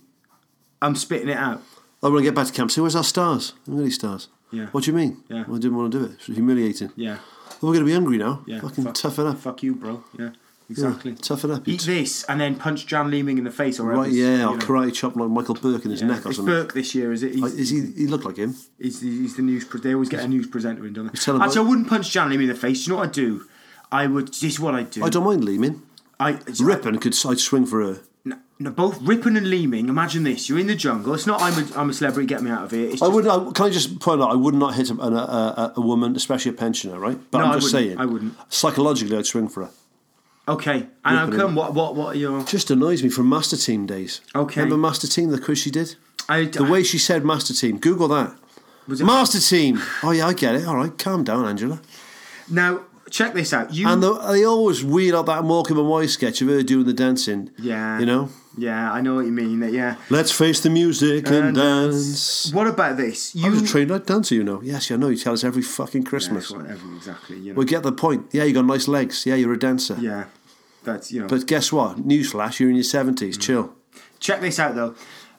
I'm spitting it out.
I want to get back to camp. See, where's our stars? Where are these stars?
Yeah.
What do you mean?
Yeah.
Well, I didn't want to do it. It's humiliating.
Yeah.
Well, we're going to be hungry now.
Yeah.
Fucking
Fuck-
toughen up.
Fuck you, bro. Yeah.
Yeah,
Exactly.
Toughen up. you
Eat
t-
this and then punch Jan Leeming in the face or
Right,
Elvis,
yeah. I'll
you know.
karate chop like Michael Burke in his
Yeah.
neck or
It's
something. Oh,
Burke this year, is it? He's-
Is he, he looked like him.
He's, he's the news. Pre- they always get a news presenter in, don't they?
tell him
Actually, I
what-
wouldn't punch Jan Leamy in the face. You know what I do? I would. This is what I do.
I don't mind Lehman.
I
Rippin could I'd swing for a.
No, no, both ripping and leaming. Imagine this: you're in the jungle. It's not I'm a, I'm a celebrity. Get me out of here. It's just,
I would. I, can I just point out? I would not hit a, a, a, a woman, especially a pensioner, right? But
No,
I'm
I
just
wouldn't.
saying.
I wouldn't.
Psychologically, I'd swing for her.
okay. And how
Ripping
come? What what what are your?
Just annoys me from Master Team days.
Okay.
Remember Master Team, the quiz she did?
I,
The way she said Master Team. Google that.
was it-
Master Team. Oh, yeah, I get it. All right, calm down, Angela.
now check this out. You
And the, they always wheel out that Morecambe and Wise sketch of her doing the dancing.
yeah
You know?
yeah I know what you mean. That yeah.
Let's face the music
And
and, dance.
What about this? You
I'm just a trained like dancer, you know. Yes, I know. You tell us every fucking Christmas.
That's what- everyone- exactly. You know.
we get the point. Yeah, you got nice legs. Yeah, you're a dancer.
yeah. That's you know.
But guess what? Newsflash, you're in your 70s.
Mm.
Chill.
Check this out though.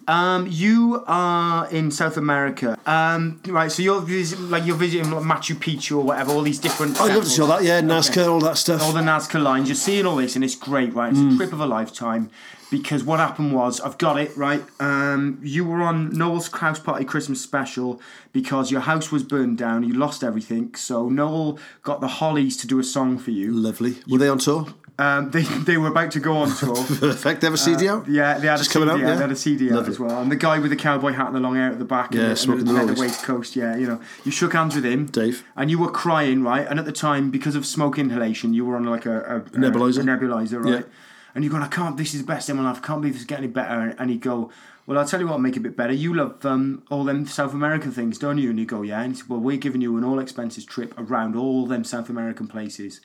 Um, you are in South America, um, right? So you're vis- like you're visiting like, Machu Picchu or whatever. All these different.
I'd Oh, love to show that. Yeah, NASCAR, all that stuff.
All the Nazca lines. You're seeing all this, and it's great, right?
Mm.
It's a trip of a lifetime. Because what happened was, I've got it right. Um, you were on Noel's house party Christmas special because your house was burned down. You lost everything. So Noel got the Hollies to do a song for you.
Lovely. Were they on tour?
Um, they they were about to go on
*laughs*
tour.
Perfect. They have a CD out?
Uh, Yeah, they had
Just
a CD.
coming out,
out,
yeah?
They had a CD out
Lovely.
as well, and the guy with the cowboy hat and the long hair at the back,
Yeah,
and the, and
smoking the
the, and the
lollies.
waist coast. Yeah, you know, you shook hands with him,
Dave.
and you were crying, right? And at the time, because of smoke inhalation, you were on like a, a
Nebulizer.
a nebulizer, right?
Yeah.
And you're going, I can't. This is the best in my life. I can't believe it's getting any better. And, and he'd go, Well, I'll tell you what, will make it a bit better. You love um, all them South American things, don't you? And you go, Yeah. And he said, Well, we're giving you an all expenses trip around all them South American places.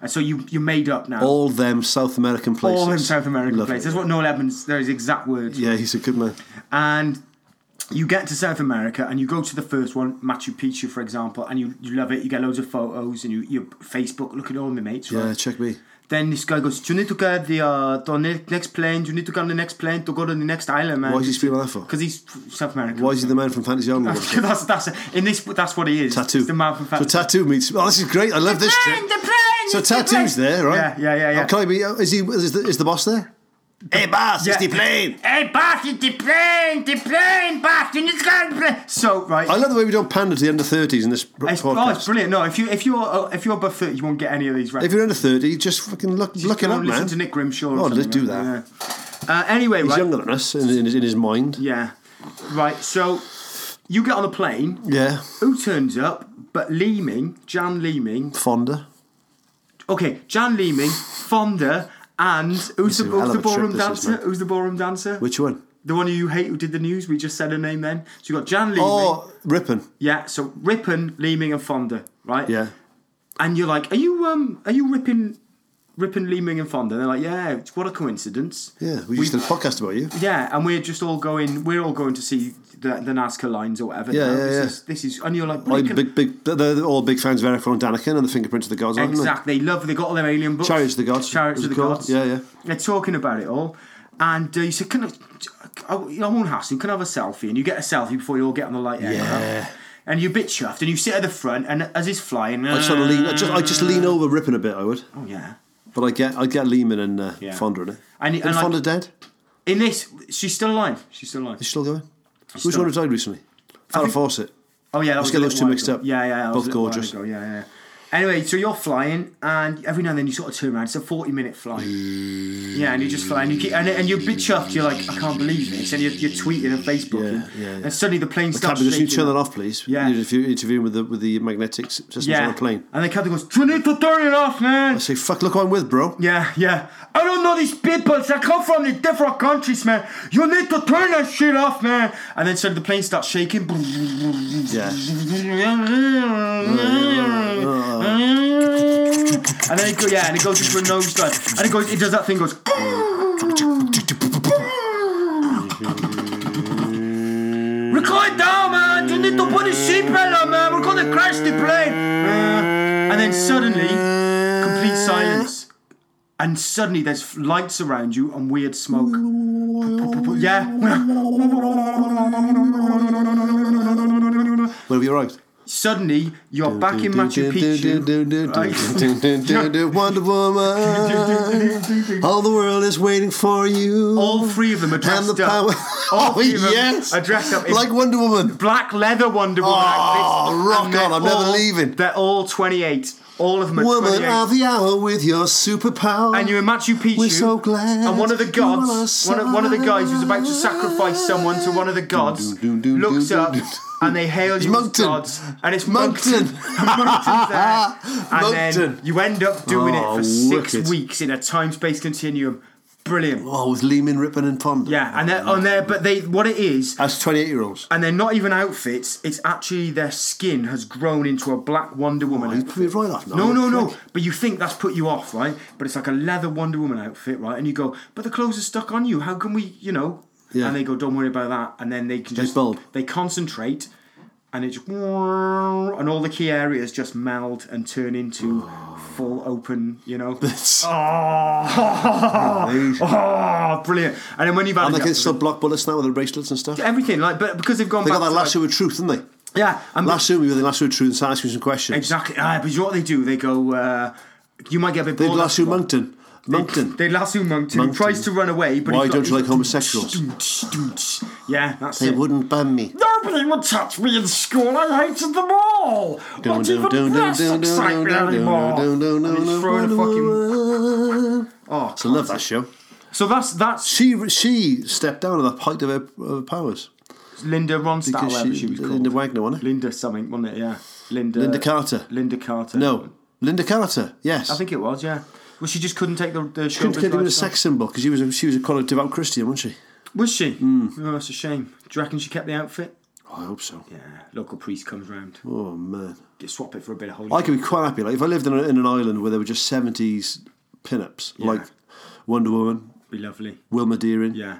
And so you you made up now.
All them South American places.
All in South American
Lovely.
places. That's what Noel Edmonds, they're his exact words.
Yeah, he's a good man.
And you get to South America and you go to the first one, Machu Picchu, for example, and you, you love it. You get loads of photos and you, you Facebook, look at all my mates.
Yeah,
Right?
check me.
Then this guy goes, "You need to get the uh, the ne- next plane. You need to get on the next plane to go to the next island, man."
Why is he speaking like that for?
Because he's f- South American. *laughs*
Why is he the man from Fantasy Island? or something?
that's that's in this. That's what he is.
tattoo.
He's the man from
so
Fat-
tattoo meets. Oh, this is great. I love this trip.
plane, the plane,
So
it's the
tattoo's
plane.
there, right?
Yeah, yeah, yeah, yeah.
Oh, can I be? Is he? Is the, is the boss there? Hey, boss, it's
Yeah.
the plane.
Hey, Bart, it's the plane, the plane, Bart, you need to get on the plane. So right.
I love the way we don't pander to the under thirties in this br-
it's, oh, it's
podcast.
brilliant! No, if you if you're uh, if you're above thirty, you won't get any of these. Right?
if you're under thirty, just fucking look look it
Go
up,
and listen
man.
to Nick Grimshaw. or
Oh, let's
something,
do
right?
that.
Yeah. Uh, anyway,
He's
right?
younger than us in, in, his, in his mind.
Yeah, right. So you get on the plane.
Yeah,
Who turns up? But Leeming, Jan Leeming.
Fonda.
Okay, Jan Leeming, Fonda, and who's the,
a hell
who's
of
the
a trip
ballroom
this is,
dancer?
mate.
who's the ballroom dancer?
Which one?
The one you hate who did the news? We just said her name then. So you got Jan Leeming.
Oh, Rippon.
Yeah. So Rippon, Leeming, and Fonda, right?
Yeah.
And you're like, are you um, are you ripping, ripping Leeming and Fonda? And they're like, yeah. What a coincidence.
Yeah, we just did a podcast about you.
Yeah, and we're just all going. We're all going to see the, the Nazca lines or whatever.
Yeah,
now.
yeah,
this
yeah.
Is, this is, and you're like,
Like,
"Blink and-"
big, big, they're- they're all big fans of Eric Von Daniken and the Fingerprints of the Gods, aren't they?
exactly. They love. They got all their alien books.
Chariots of the Gods,
Chariots
was
of the
it called?
Gods.
Yeah, yeah.
They're talking about it all, and uh, you said, "Can I? I, you know, I won't hassle. you. Can I have a selfie?" And you get a selfie before you all get on the light
Yeah.
aircraft. And you're a bit chuffed, and you sit at the front, and as he's flying,
I just sort of lean. I just, I just
Uh.
lean over Rippon a bit. I would.
oh yeah.
But I get I get Lehman and uh,
Yeah.
Fonda in it.
And-
Isn't
and, like-
Fonda dead?
In this, she's still alive. She's still alive.
Is she still going? Which
still-
one died recently? Farrah
think-
Fawcett.
Oh yeah, that
Let's
was
get
a
those
little
two
while
mixed
ago.
up.
Yeah, yeah, that was
Both
a little while
gorgeous.
ago, Yeah, yeah. Anyway, so you're flying, and every now and then you sort of turn around. It's a forty-minute flight. Yeah, and you just fly, and you keep, and, and you're a bit chuffed. You're like, I can't believe this, and you're, you're tweeting and Facebooking,
Yeah, yeah, yeah.
and suddenly the plane starts.
Captain, just you
shaking.
turn that off, please.
Yeah.
You're, if you're interviewing with the with the magnetic s- systems
Yeah,
on the plane.
and the captain goes, "You need to turn it off, man."
I say, fuck, look who I'm with, bro.
Yeah, yeah. I don't know these people. They come from the different countries, man. You need to turn that shit off, man. And then suddenly the plane starts shaking.
Yeah.
And then it goes, yeah, and it goes into a nosedive. And it goes, it does that thing, goes. We're going down, man. You need to put a seatbelt on, man. We're gonna crash the plane. Uh, and then suddenly, complete silence. And suddenly, there's lights around you and weird smoke. Yeah. *laughs*
Well, we arrived.
Suddenly, you're back in Machu Picchu.
Picchu. Wonder Woman. All the world is waiting for you.
All three of them are
and the
dressed
power.
up. All
*laughs* Oh,
three of them
yes.
are dressed up in
Like Wonder Woman.
black leather Wonder Woman
Oh,
outfits,
rock
and they're
on, I'm never
all-
leaving.
They're all 28. All of them are
Woman
28.
of the hour with your superpower.
and you're in Machu Picchu.
We're so glad
And one of the
you're on our
gods, one of, one of the guys who's about to sacrifice someone to one of the gods,
Dun, dun, dun, dun,
looks
dun,
up
dun.
and they hail you as
Moncton.
gods, and it's
Moncton.
Moncton. *laughs* Moncton's there.
*laughs*
And then
Moncton.
you end up doing it
Oh,
for six
wicked.
weeks in a time-space continuum. Brilliant.
Oh, with Lehman, Rippon, and Fonda.
Yeah, and they're on there, but they what it is,
That's 28 year olds.
and they're not even outfits. It's actually their skin has grown into a black Wonder Woman.
He's
outfit.
probably right off now.
No, no, no. But you think that's put you off, right? But it's like a leather Wonder Woman outfit, right? And you go, but the clothes are stuck on you. How can we, you know?
Yeah.
And they go, don't worry about that. And then they can just
bulb.
they concentrate, and it just and all the key areas just meld and turn into
*sighs*
full open, you know. *laughs* oh, oh, brilliant! And then when you've had
And
a
they
go-
can still block bullets now with their bracelets and stuff. They
everything, like, but because they've gone
got
back
that
to,
lasso of truth, didn't they?
like, yeah, and
Lasso, we were the lasso of truth and started asking some questions.
exactly. Ah, but you know what they do? They go. Uh, you might get a bit
They'd
bored. after
lasso
a while.
Moncton. Moncton.
They lasso Moncton, who
Moncton.
tries to run away, but
Why
he's
don't you
got-
like homosexuals?
Yeah, that's
They
it.
wouldn't ban me.
Nobody would touch me in school. I hated them all. Not even this excites me anymore. And he's throwing a fucking. *laughs* Oh,
I love that show.
so that's that's
She she stepped down at the height of her, of her powers
Linda Ronstadt,
because
whatever
she,
she, was called.
Linda Wagner wasn't it?
Linda something, wasn't it? Yeah, Linda.
Linda Carter.
Linda Carter.
No, Linda Carter. Yes,
I think it was. Yeah. Well, she just couldn't take the the show.
couldn't get even a sex symbol because she was a, she was a quite a devout Christian, wasn't she?
Was she?
Hmm.
Mm. Oh, that's a shame. Do you reckon she kept the outfit?
Oh, I hope so.
Yeah. Local priest comes round.
Oh man,
Just swap it for a bit of holy.
I could be quite happy. Like if I lived in, a, in an island where there were just seventies pinups, like Wonder Woman,
be lovely.
Wilma Deering.
Yeah.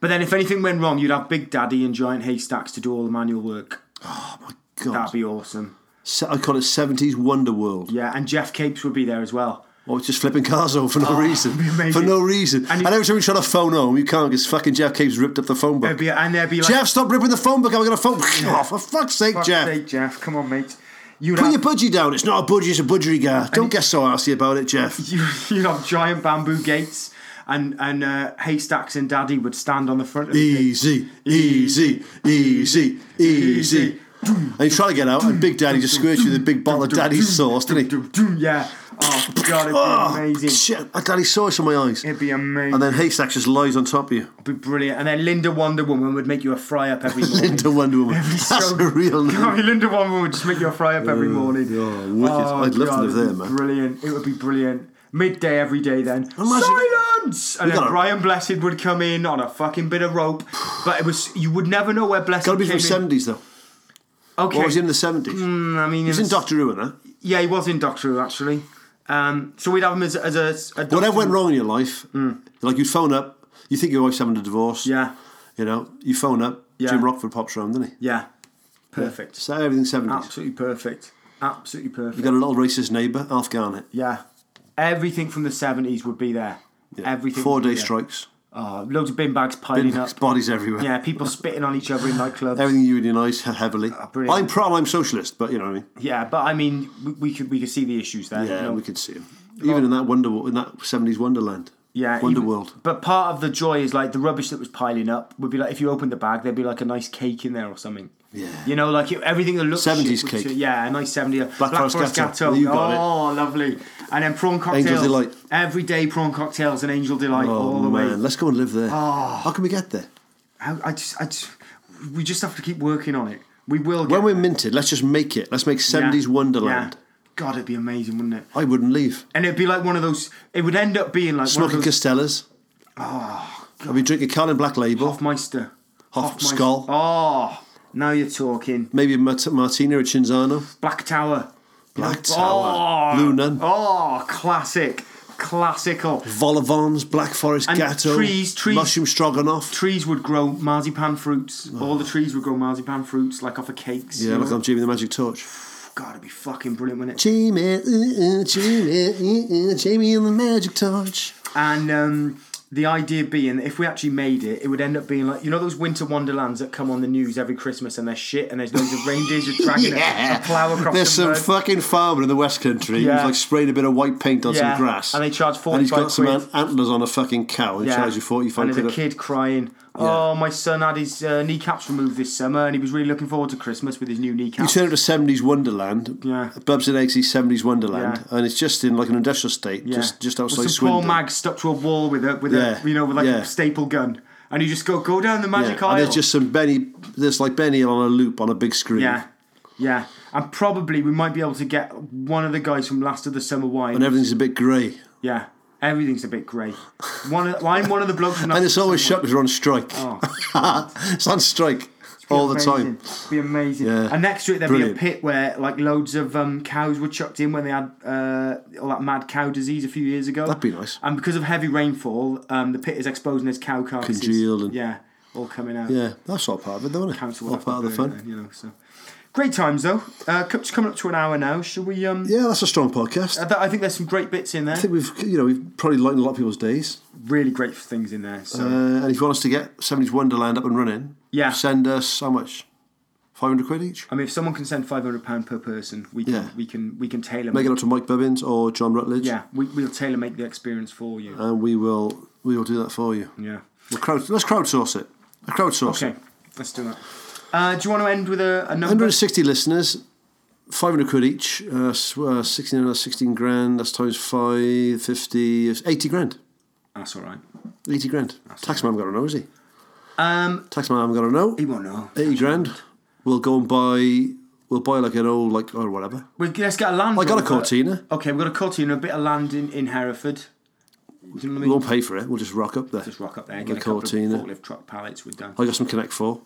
But then if anything went wrong, you'd have Big Daddy and Giant Haystacks to do all the manual work.
God,
That'd be awesome.
Se- I call it seventies Wonder World.
Yeah, and Jeff Capes would be there as well.
Or just flipping cars over for no reason.
it'd Oh, be amazing.
For no reason.
And
And,
you-
every time you try to phone home, you can't because fucking Jeff keeps ripped up the phone book.
There'd be, and there'd be like,
Jeff, stop ripping the phone book. I'm going to phone. Oh, for fuck's sake,
"Fuck's
Jeff.
sake, Jeff, come on, mate. You'd
Put your
have,
budgie down. It's not a budgie, it's a budgerigar. Don't
you-
get so arsy about it, Jeff.
*laughs* you, you'd have giant bamboo gates, and and uh, haystacks and daddy would stand on the front of the gate.
Easy, easy, easy, easy. And he's trying to get out, and Big Daddy just squirts you with a big bottle of Daddy's sauce, didn't he?
Yeah. Oh god, it'd be
Oh,
amazing.
shit. I got his sauce in my eyes.
It'd be amazing.
And then Haystack just lies on top of you.
It'd be brilliant. And then Linda Wonder Woman would make you a fry up
*laughs*
every morning.
Linda Wonder Woman. That's
so-
a real
I
name.
mean, Linda Wonder Woman would just make you a fry up every morning.
oh, wicked. I'd love to
it'd
live
be
there, man.
Brilliant. It would be brilliant. Midday every day then. Silence! And then
gotta-
Brian Blessed would come in on a fucking bit of rope. But it was you would never know where Blessed
Gotta be
came
from
in.
the 70s, though.
Okay.
Or was he in the 70s?
Mm, I mean,
He's in Doctor Who, huh?
Yeah, he was in Doctor Who actually. Um, so we'd have him as, as a, a doctor.
Whatever went wrong in your life, like you phone up, you think your wife's having a divorce.
Mm. Yeah,
You know, you phone up,
Yeah.
Jim Rockford pops round, doesn't he?
yeah, perfect.
So everything's 70s.
Absolutely perfect. Absolutely perfect.
You've got a little racist neighbour, Alf Garnett.
Yeah. Everything from the 70s would be there. Everything.
Four
would be
day
there.
strikes.
Oh, loads of bin bags piling
There's
up.
bodies everywhere.
Yeah, people spitting on each other in nightclubs.
Everything unionised he- heavily.
brilliant.
I'm pro, I'm socialist, but you know what I mean.
Yeah, but I mean, we, we could we could see the issues there.
Yeah,
you know.
we could see him. Even in that wonder, in that 70s Wonderland.
Yeah, even-
Wonderworld.
But part of the joy is like the rubbish that was piling up would be like if you opened the bag, there'd be like a nice cake in there or something.
Yeah.
You know, like it, everything that looks
70s
shit would
cake.
ju- yeah, a nice 70s Black,
Forest Gatto. You got it.
oh, lovely. And then prawn cocktails.
Delight.
Every day prawn cocktails and angel delight
oh,
all the
man.
way. Ah.
Let's go and live there. How can we get there?
How, I just, I just, we just have to keep working on it. We will. Get
When we're minted, let's just make it. Let's make 70s Wonderland.
Yeah. God, it'd be amazing, wouldn't it?
I wouldn't leave.
And it'd be like one of those. It would end up being like
Smoking
one of those Ah.
Castellas. Oh, I'll be drinking Carlin Black Label.
Hofmeister.
Hof-
Hofmeister.
Skull.
Oh, now you're talking.
Maybe a Mart- Martina at Cinzano.
Black Tower.
Black Tower.
Oh,
Lunan.
Oh, classic, classical.
Volivons, Black Forest
And
Gatto.
trees, trees.
Mushroom Stroganoff.
Trees would grow marzipan fruits. All the trees would grow marzipan fruits, like off of cakes.
Yeah,
you
like
know?
I'm Jimmy the Magic Torch.
God, it'd be fucking brilliant, wouldn't it?
Jamie, uh, uh, Jamie, uh, uh, Jamie and the Magic Torch.
And um, the idea being that if we actually made it, it would end up being like you know those winter wonderlands that come on the news every Christmas and they're shit and there's loads of reindeers just
*laughs*
dragging a- a, plow across
There's
the
some
road.
fucking farmer in the West Country
Yeah.
who's like sprayed a bit of white paint on
Yeah,
some grass.
and they charge
And he's
45
got some
quid.
ant- antlers on a fucking cow. They charge you 45
and
quid.
there's a
a-
kid crying, "Oh, my son had his uh, kneecaps removed this summer, and he was really looking forward to Christmas with his new
You
kneecaps."
turn up to 70s Wonderland,
Yeah.
Bubs and Eggsy 70s Wonderland,
Yeah.
and it's just in like an industrial estate,
Yeah.
just just
With
outside
some poor
Swindon.
mag stuck to a wall with a with
Yeah,
a you know with like
yeah.
a staple gun, and you just go go down the
Yeah,
magic aisle.
And there's just some Benny, there's like Benny on a loop on a big screen.
Yeah, yeah, and probably we might be able to get one of the guys from Last of the Summer Wine.
And everything's a bit grey.
yeah, everything's a bit grey. One, of, I'm one of the blokes from. Last
*laughs* And
of
it's
the
always
Summer
shut because we're on strike.
Oh.
*laughs* it's on strike
Wine.
all the
It'd be
time.
amazing. It'd be amazing.
Yeah.
And next to it, there'd
Brilliant.
be a pit where like loads of um, cows were chucked in when they had uh, all that mad cow disease a few years ago.
That'd be nice.
And because of heavy rainfall, um, the pit is exposing its cow carcasses.
Congealed and-
yeah, all coming out.
Yeah, that's all part of it, though, isn't it?
Council
All
will
part of the
have to burn it
fun.
then, you know. So, great times though. Uh, c- just coming up to an hour now. Shall we? Um,
Yeah, that's a strong podcast.
I th- I think there's some great bits in there.
I think we've, you know, we've probably lightened a lot of people's days.
Really great things in there. So
Uh, and if you want us to get 70s Wonderland up and running,
Yeah.
send us how much? 500 quid each?
I mean, if someone can send five hundred pound per person, we can
Yeah.
we can we can tailor
Make it up to Mike Bibbins or John Rutledge.
Yeah, we we will tailor make the experience for you.
And we will we will do that for you.
yeah.
We'll crowd, let's crowdsource it. A crowdsource
Okay,
it.
let's do that. Uh, do you want to end with a, a number?
160 listeners, 500 quid each, uh, s- uh, 16, uh, 16 grand, that's times 5, 50, it's 80 grand.
That's all right.
80 grand. Taxman haven't got to know, is he?
Um,
Taxman haven't got to know.
he won't know.
80 grand. We'll go and buy, we'll buy like an old, like, or whatever.
We, let's get a land.
I got a
Rover.
Cortina.
Okay, we've got a Cortina, a bit of land in, in Hereford. Do you know what I
We
mean?
won't pay for it, we'll just rock up there.
Just rock up there,
The
get a couple
Cortina.
of forklift truck pallets. We're done.
I got some Connect 4.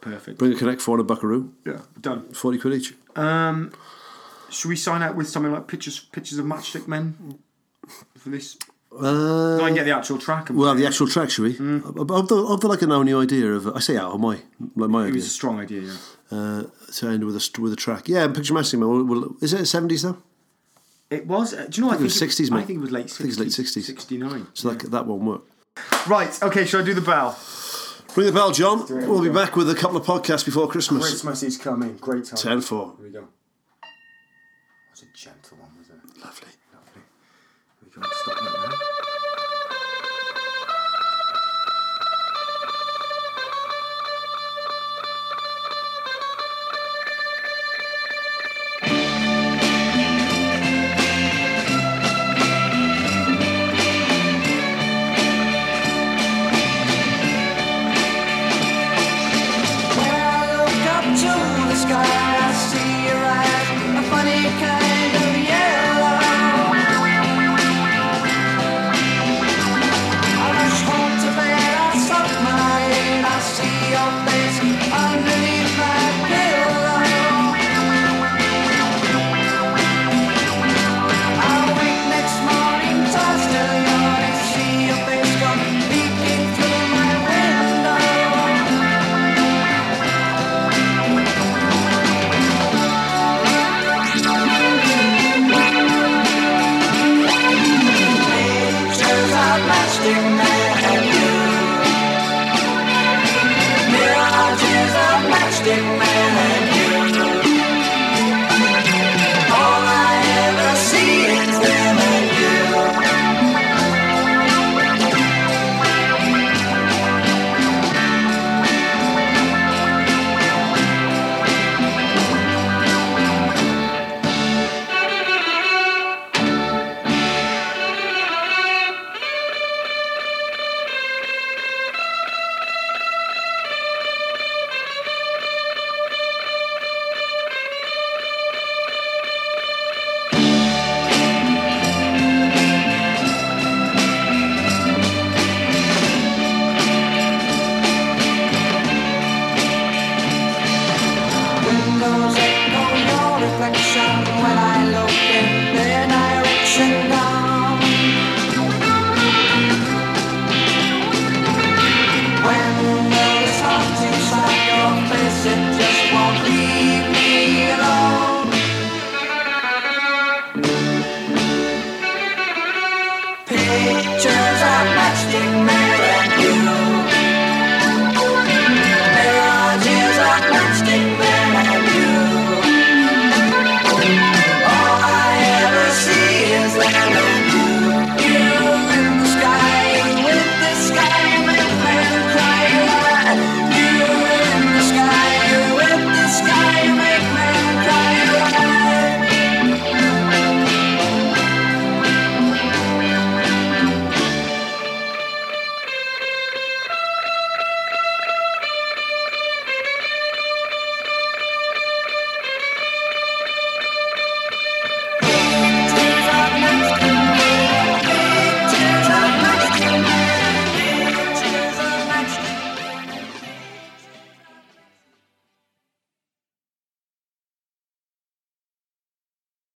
Perfect.
Bring a Connect 4 and a Buckaroo.
Yeah, done.
40 quid each.
Should we sign out with something like pictures pictures of matchstick men for this?
Uh,
I can get the actual track. And
well, the actual track, should we?
Mm.
I've, I've, I've got like a now new idea of, I say out of my, like my
it
idea.
was a strong idea. Yeah.
uh, to end with a st- with a track. Yeah, picture matching. We'll, we'll, is it seventies though?
It was. uh, do you know? I think
it was 60s,
I
mate.
think it was late. 60s,
think it was late 60s.
Sixty-nine.
So that, that won't work.
Right. Okay. Shall I do the bell?
Ring the bell, John.
it,
We'll be
John.
back with a couple of podcasts before Christmas.
Christmas is coming. Great time.
10 4.
Here we go. That's a gentle one, wasn't it?
Lovely.
Lovely. We can stop that now.
When I look up to the sky, I see your eyes, a funny kind of yellow. I rush home to bed, I stop my head, I see your face underneath my pillow. I wake next morning, tossed to yawning, see your face come peeking through my window. Pictures of Plastic Man and you. Mirages of Plastic Man.